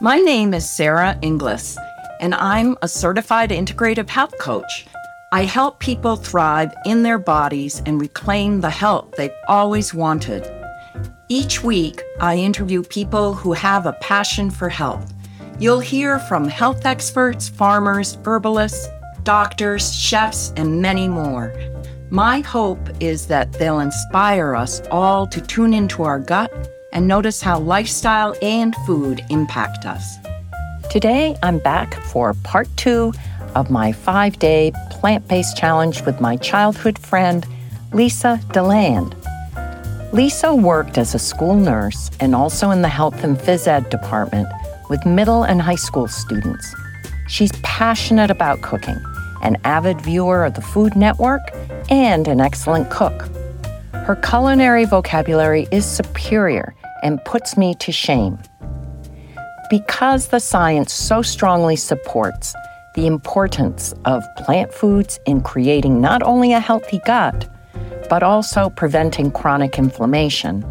My name is Sarah Inglis, and I'm a certified integrative health coach. I help people thrive in their bodies and reclaim the health they've always wanted. Each week, I interview people who have a passion for health. You'll hear from health experts, farmers, herbalists, doctors, chefs, and many more. My hope is that they'll inspire us all to tune into our gut and notice how lifestyle and food impact us. Today, I'm back for part two of my five day plant based challenge with my childhood friend, Lisa DeLand. Lisa worked as a school nurse and also in the health and phys ed department with middle and high school students. She's passionate about cooking, an avid viewer of the Food Network, and an excellent cook. Her culinary vocabulary is superior and puts me to shame. Because the science so strongly supports the importance of plant foods in creating not only a healthy gut, but also preventing chronic inflammation,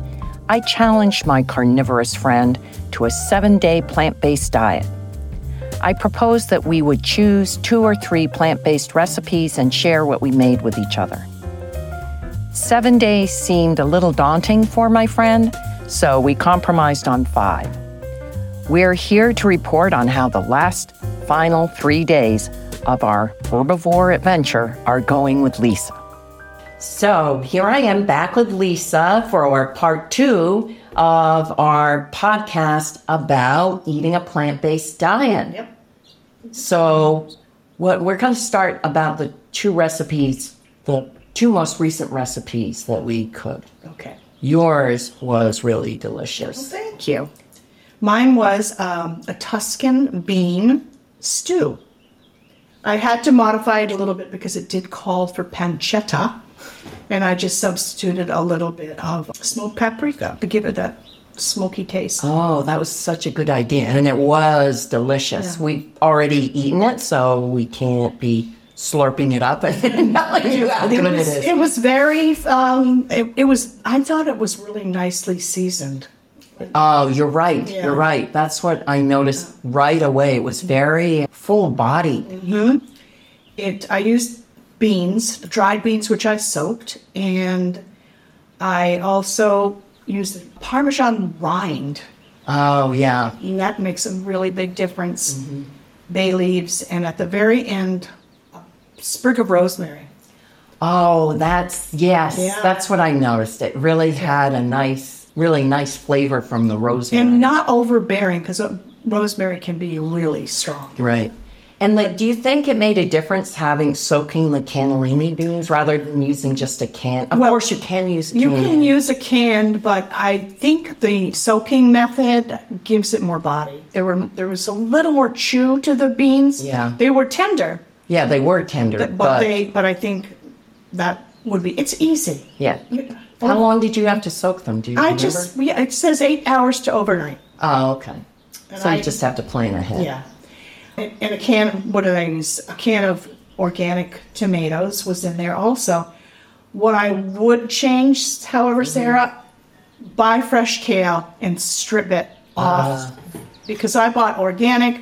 I challenged my carnivorous friend to a seven day plant based diet. I proposed that we would choose two or three plant based recipes and share what we made with each other. Seven days seemed a little daunting for my friend, so we compromised on five. We're here to report on how the last, final three days of our herbivore adventure are going with Lisa. So here I am back with Lisa for our part two of our podcast about eating a plant based diet. Yep. So, what we're going to start about the two recipes, the two most recent recipes that we cooked. Okay. Yours was really delicious. Thank you. Mine was um, a Tuscan bean stew. I had to modify it a little bit because it did call for pancetta, and I just substituted a little bit of smoked paprika to give it that smoky taste. Oh, that was such a good idea. And it was delicious. We've already eaten it, so we can't be slurping it up and telling you how it good it was, is. it was very. Um, it, it was. I thought it was really nicely seasoned. Oh, you're right. Yeah. You're right. That's what I noticed right away. It was very full bodied. Hmm? it I used beans, dried beans which I soaked, and I also used Parmesan rind. Oh, yeah. And that makes a really big difference. Bay leaves, and at the very end, a sprig of rosemary. Oh, that's, yes. Yeah. That's what I noticed. It really had a nice, really nice flavor from the rosemary. And not overbearing because rosemary can be really strong. right. And like, do you think it made a difference having soaking the cannellini beans rather than using just a can? Of Well, course, you can use. You cannellini. can use a can, but I think the soaking method gives it more body. There were there was a little more chew to the beans. Yeah. They were tender, Yeah, they were tender, but, but, they but I think that would be it's easy. yeah. You- How long did you have to soak them? Do you I remember? just yeah, it says eight hours to overnight. Oh, okay. So I- you just have to plan ahead. Yeah. And and a can, what did I use? A can of organic tomatoes was in there also. What I would change, however, Mm-hmm. Sarah, buy fresh kale and strip it Ah. off. because I bought organic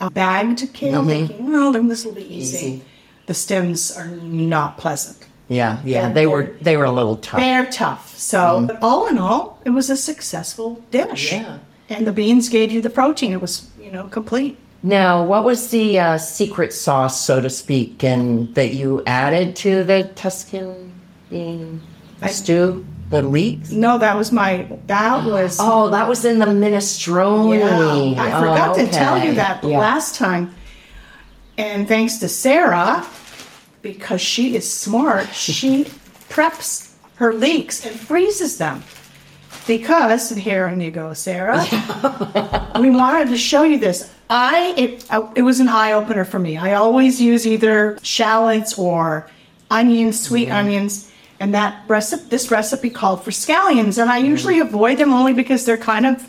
uh, bagged kale, thinking, well, then this will be easy. Mm-hmm. Easy. The stems are not pleasant. Yeah, yeah, they were they were a little tough. They're tough. So, but all in all, it was a successful dish. Mm-hmm. Yeah. And the beans gave you the protein. It was, you know, complete. Now, what was the uh, secret sauce, so to speak, and that you added to the Tuscan bean stew? The leeks? No, that was my. That was. Oh, that was in the minestrone. Yeah, I Oh, forgot to tell you okay. that Yeah. last time. And thanks to Sarah, because she is smart, she preps her leeks and freezes them. Because here and you go, Sarah. we wanted to show you this. I it I- it was an eye opener for me. I always use either shallots or onions, sweet Mm-hmm. onions, and that recipe this recipe called for scallions, and I Mm-hmm. usually avoid them only because they're kind of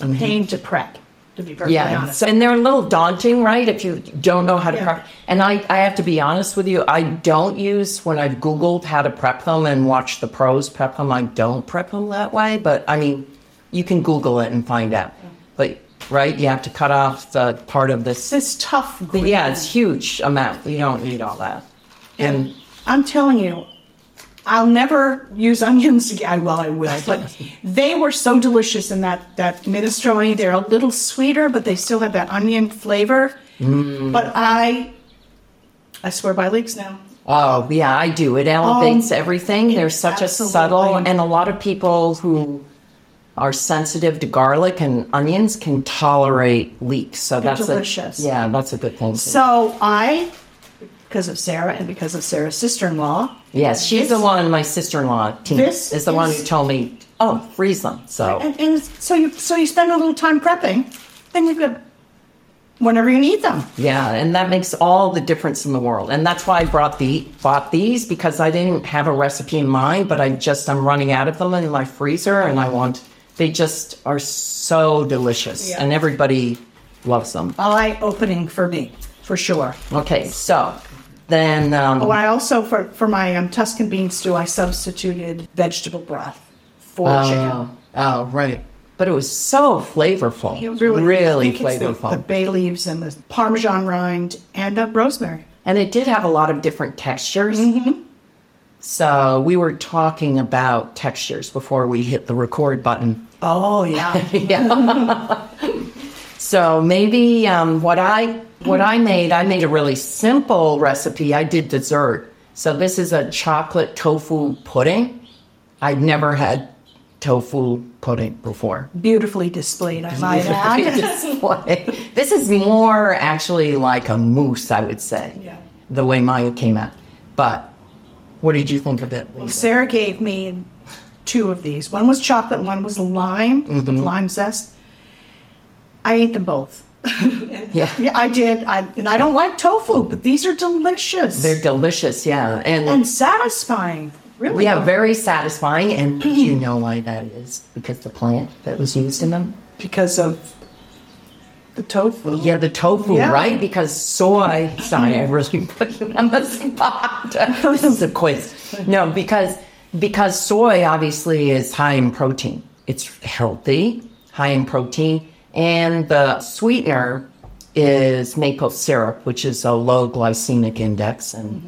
a pain to prep. To be perfectly Yeah, honest, so, and they're a little daunting, right? If you don't know how to Yeah. prep. And I, I have to be honest with you, I don't use when I've Googled how to prep them and watch the pros prep them. I don't prep them that way, but I mean, you can Google it and find out. But right? You have to cut off the part of the system. This tough green. Yeah, it's huge amount. You don't need all that. And I'm telling you, I'll never use onions again. Well, I will, but they were so delicious in that that minestrone. They're a little sweeter, but they still have that onion flavor. Mm. But I, I swear by leeks now. oh yeah, I do. It elevates Um, everything. There's such a subtle, absolutely. and a lot of people who are sensitive to garlic and onions can tolerate leeks. So that's delicious. A, yeah, that's a good thing. too. So I, because of Sarah and because of Sarah's sister-in-law, yes, she's the this- one. My sister-in-law Tina, This is the one who is- told me, oh, freeze them. So and, and so you so you spend a little time prepping, then you could, whenever you need them. Yeah, and that makes all the difference in the world. And that's why I brought the bought these because I didn't have a recipe in mind, but I just I'm running out of them in my freezer and I want they just are so delicious Yeah. and everybody loves them. Eye-opening for me, for sure. Okay, so then um, Oh, I also for for my um, Tuscan bean stew, I substituted vegetable broth for oh, chicken. oh, right. But it was so flavorful. It was really, I think it's the, flavorful. the bay leaves and the Parmesan rind and uh, rosemary. And it did have a lot of different textures. Mm-hmm. So we were talking about textures before we hit the record button. Oh yeah, So maybe um, what I what I made, I made a really simple recipe. I did dessert. So this is a chocolate tofu pudding. I'd never had tofu pudding before. beautifully displayed. I might add. this is more actually like a mousse, I would say. Yeah. The way mine came out. But what did you think of it? Sarah gave me two of these. One was chocolate. One was lime with lime zest. I ate them both. Yeah. Yeah, I did. I and I don't like tofu, but these are delicious They're delicious, yeah. And, and satisfying. Really, yeah, very satisfying. And you know why that is? Because the plant that was used in them because of the tofu. Yeah, the tofu, Yeah. right? Because soy. Sorry, I really put you on the spot. this is a quiz. No, because because soy obviously is high in protein. It's healthy, high in protein, and the sweetener is maple syrup, which is a low glycemic index, and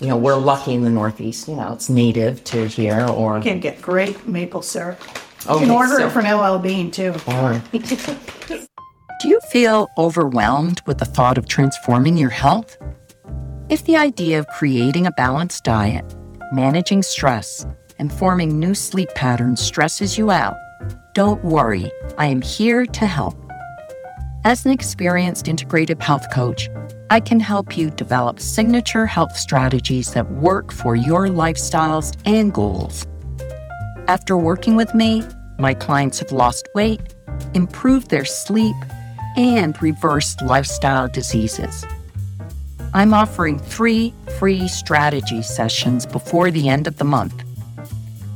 you know we're lucky in the Northeast. You know, it's native to here or You can get great maple syrup. You Okay, can order so- it from LL Bean too. or Do you feel overwhelmed with the thought of transforming your health? If the idea of creating a balanced diet, managing stress, and forming new sleep patterns stresses you out, don't worry, I am here to help. As an experienced integrative health coach, I can help you develop signature health strategies that work for your lifestyles and goals. After working with me, my clients have lost weight, improved their sleep, and reversed lifestyle diseases. I'm offering three free strategy sessions before the end of the month.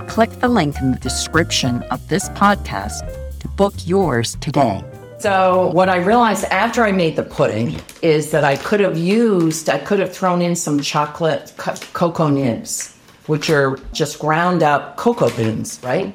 Click the link in the description of this podcast to book yours today. So what I realized after I made the pudding is that I could have used, I could have thrown in some chocolate co- cocoa nibs, which are just ground up cocoa beans, right?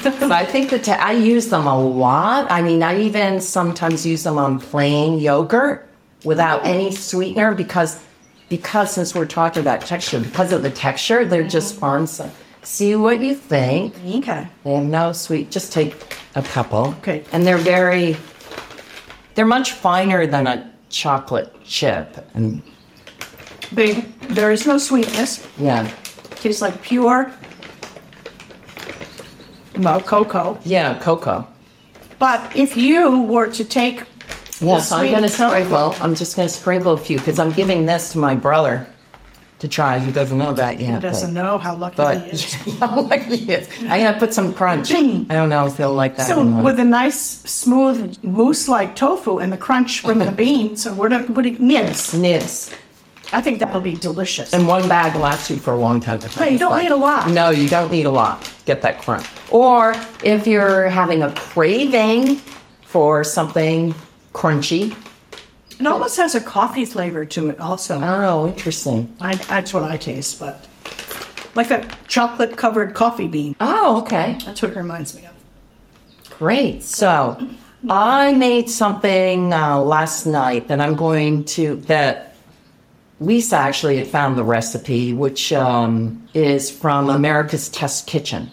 so I think that ta- I use them a lot. I mean, I even sometimes use them on plain yogurt without any sweetener because, because since we're talking about texture, because of the texture, they're just farm. So see what you think. Okay. They have no sweet. Just take a couple. Okay. And they're very, they're much finer than a chocolate chip. And They, there is no sweetness. yeah, Tastes like pure well, cocoa. yeah, cocoa. But if you were to take Yes, I'm sweet- gonna sprinkle. I'm just gonna sprinkle a few because I'm giving this to my brother to try. He doesn't know that yet. who doesn't know how lucky But he is. yes, I gotta put some crunch. I don't know if he'll like that. So or not. with a nice smooth mousse-like tofu and the crunch from the beans, or what it, what it nibs, nibs. I think that'll be delicious. And one bag lasts you for a long time. No, you don't need a lot. No, you don't need a lot. Get that crumb. Or if you're having a craving for something crunchy. It almost has a coffee flavor to it also. Oh, interesting. I, that's what I taste, but like a chocolate covered coffee bean. Oh, okay. That's what it reminds me of. Great. So I made something uh, last night that I'm going to, that Lisa actually had found the recipe, which um, is from America's Test Kitchen.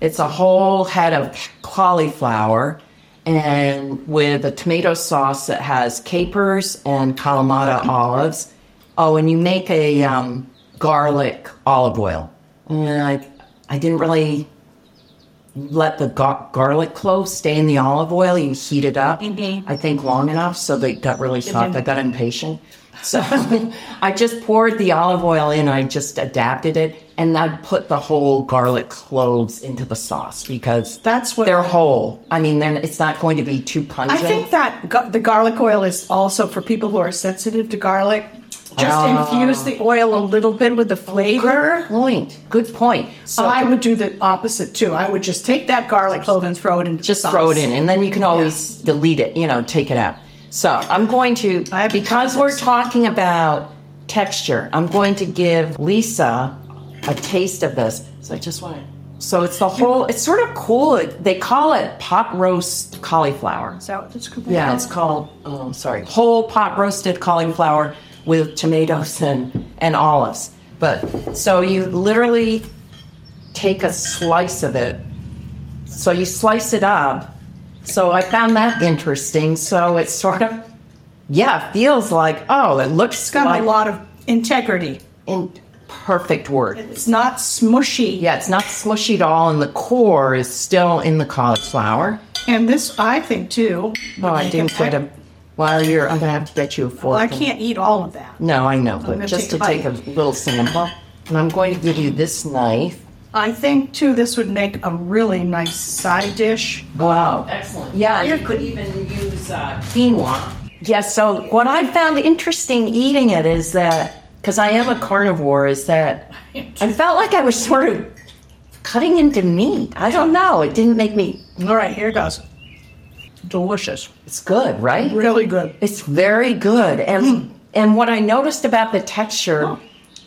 It's a whole head of cauliflower and with a tomato sauce that has capers and Kalamata olives. Oh, and you make a um, garlic olive oil. And I, I didn't really let the gar- garlic clove stay in the olive oil. You heat it up, I think, long enough so they got really soft. I got impatient. So I just poured the olive oil in. I just adapted it. And I put the whole garlic cloves into the sauce because That's what- they're whole. I mean, then it's not going to be too I pungent. think that ga- the garlic oil is also for people who are sensitive to garlic. Just Ah. infuse the oil a little bit with the flavor. point. Good point. So So I would do the opposite too. I would just take that garlic clove and throw it into the just sauce. throw it in and then you can always delete it you know take it out so i'm going to I have- because we're talking about texture i'm going to give lisa a taste of this so i just want to so it's the whole it's sort of cool It- they call it pot roast cauliflower Is that what it's called? yeah it's called oh, sorry whole pot roasted cauliflower with tomatoes and and olives but so you literally take a slice of it so you slice it up. So I found that interesting. So it sort of, yeah, feels like, oh, it looks It's got like a lot of integrity. in perfect word. It's not smushy. Yeah, it's not smushy at all, and the core is still in the cauliflower. And this, I think too. Oh, I didn't get a. While you're, I'm gonna have to get you a fork. Well, I can't eat all of that. No, I know, but gonna just to take a take a bite. little sample, and I'm going to give you this knife. I think too, this would make a really nice side dish. Wow. Excellent. Yeah, and you could even use uh, quinoa. Yeah, so what I found interesting eating it is that, because I am a carnivore, is that I felt like I was sort of cutting into meat. I don't know. It didn't make me. All right, here goes. Delicious. It's good, right? Really good. It's very good. And Hmm. and what I noticed about the texture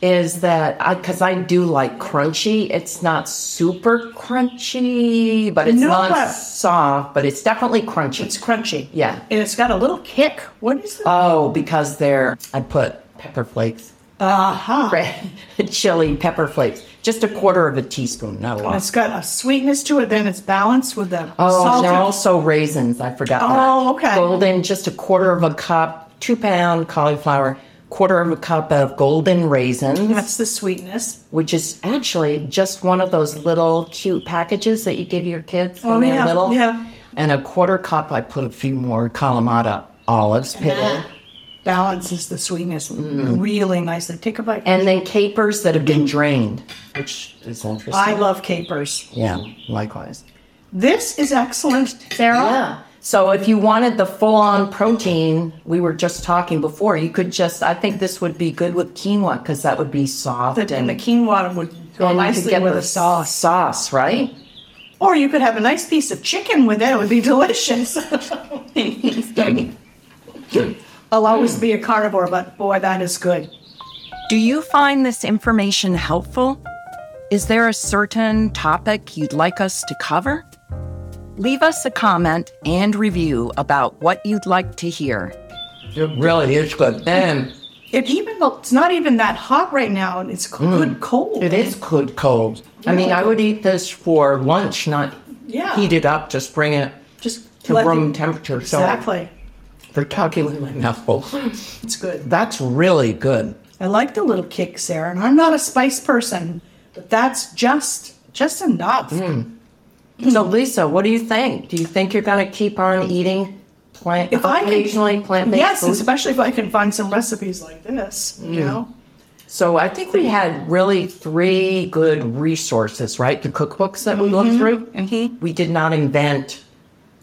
is that I cuz I do like crunchy, it's not super crunchy, but it's No, not but- soft, but it's definitely crunchy. It's crunchy. Yeah. And it's got a little kick. What is that? Oh, because they're I put pepper flakes, Aha. red chili pepper flakes, just a quarter of a teaspoon, not a And lot. It's got a sweetness to it, then it's balanced with the Oh, salt. they're also raisins. I forgot. Oh, that. okay. Golden, just a quarter of a cup, two pound cauliflower, quarter of a cup of golden raisins, That's the sweetness. which is actually just one of those little cute packages that you give your kids Oh, when they're yeah, little. yeah. And a quarter cup, I put a few more Kalamata olives, pickled. Balances the sweetness really nicely. Take a bite. Mm. and then capers that have been drained, which is interesting. I love capers. yeah, likewise. This is excellent, Sarah. Yeah. So if you wanted the full-on protein, we were just talking before, you could just. I think this would be good with quinoa because that would be soft The, and and the quinoa would go and you could nicely get with the a sauce. Sauce, right? Or you could have a nice piece of chicken with it. It would be delicious. I'll always be a carnivore, but boy, that is good. Do you find this information helpful? Is there a certain topic you'd like us to cover? Leave us a comment and review about what you'd like to hear. It really is good. Then It even though it's not even that hot right now, and it's good cold. Mm. It is good cold. I mean, I would eat this for lunch, not Yeah. heat it up. Just bring it Just to let room it- temperature. So Exactly. they're talking with my mouth full. It's good. That's really good. I like the little kick, Sarah, and I'm not a spice person, but that's just just enough. Mm. So, Lisa, what do you think? Do you think you're going to keep on eating plant If I can- occasionally plant based Yes, food? especially if I can find some recipes like this. You know. So, I think we had really three good resources, right? The cookbooks that we looked through. Mhm. We did not invent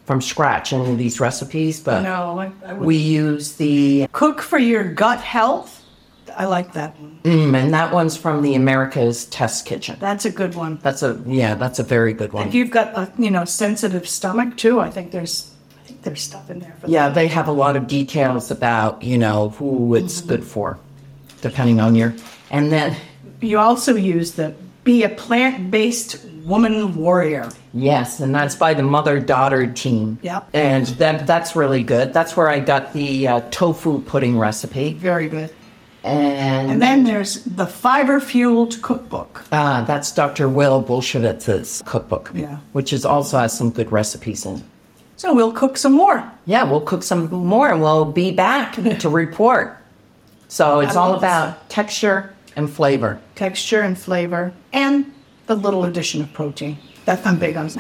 from scratch any of these recipes, but No, I, I would we used the cook for your gut health. I like that one. Mm, and that one's from the America's Test Kitchen. That's a good one. That's a yeah, that's a very good If one. you've got a you know sensitive stomach too, I think there's I think there's stuff in there for Yeah, they have a lot of details about you know Mm-hmm. who it's good for, depending on your. And then that. You also use the be a plant based woman warrior. Yes, and that's by the mother daughter team. Yep. And that, that's really good. That's where I got the uh, tofu pudding recipe. Very good. And, And then there's the fiber fueled cookbook. uh, that's Dr. Will Bolshevitz's cookbook, Yeah. which is also has some good recipes in it. So we'll cook some more. Yeah, we'll cook some more and we'll be back to report. So it's all love this. about texture and flavor. texture and flavor, and the little addition of protein. That I'm big on.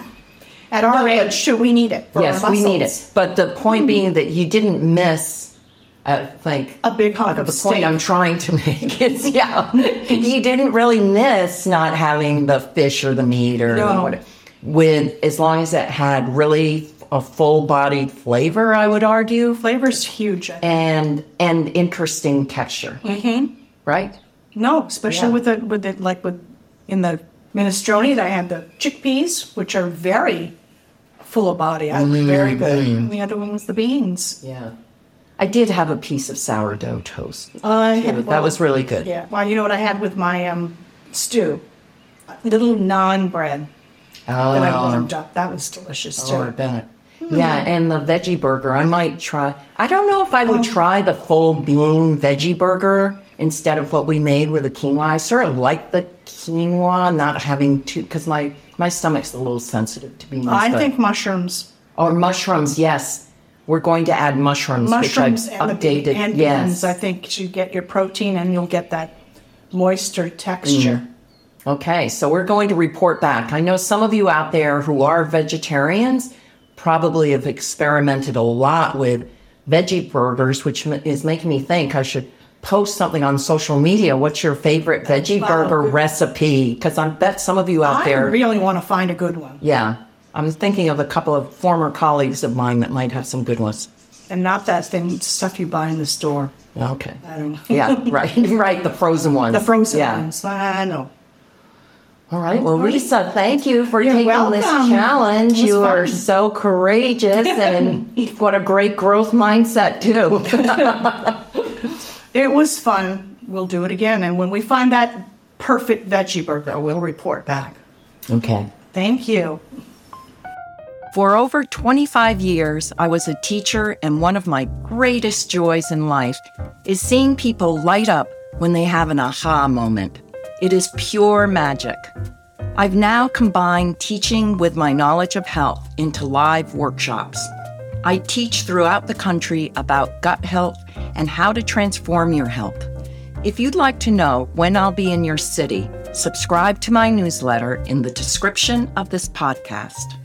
At our age, too, we need it. for our yes, we need it. muscles. Hmm. But the point being that you didn't miss, uh, I think, A big hug of the point steak. I'm trying to make is yeah, you didn't really miss not having the fish or the meat or No. what- with as long as it had really a full-bodied flavor, I would argue, Flavor's huge. I think. and and interesting texture, right? No, especially Yeah. with the with it like with in the minestrone, I had the chickpeas, which are very full of body. I very good. And the other one was the beans. Yeah. I did have a piece of sourdough toast. Oh, I had- that was really good. Yeah. Well, you know what I had with my um, stew, little naan bread that I warmed up. That was delicious too. Oh, I bet. Hmm. Yeah, and the veggie burger. I might try. I don't know if I would Oh. try the full bean veggie burger instead of what we made with the quinoa. I sort of like the quinoa, not having too, because my my stomach's a little sensitive to beans. Oh, I but- think mushrooms or mushrooms. Yes, we're going to add mushrooms, mushrooms which and I've the bean- updated. and yes. beans, I think you get your protein and you'll get that moisture texture. Mm. Okay, so we're going to report back. I know some of you out there who are vegetarians probably have experimented a lot with veggie burgers, which m- is making me think I should post something on social media. What's your favorite veggie Wow. burger recipe? Because I bet some of you out I there, really want to find a good one yeah, I'm thinking of a couple of former colleagues of mine that might have some good ones. and not that thing stuff you buy in the store. Okay. I don't know. yeah, right, right. The frozen ones. The frozen yeah. ones. I know. All right. Well, Lisa, thank you for You're taking this welcome. challenge. It was You are fun. so courageous and what a great growth mindset, too. It was fun. We'll do it again. And when we find that perfect veggie burger, we'll report back. okay. Thank you. For over 25 years, I was a teacher, and one of my greatest joys in life is seeing people light up when they have an aha moment. It is pure magic. I've now combined teaching with my knowledge of health into live workshops. I teach throughout the country about gut health and how to transform your health. If you'd like to know when I'll be in your city, subscribe to my newsletter in the description of this podcast.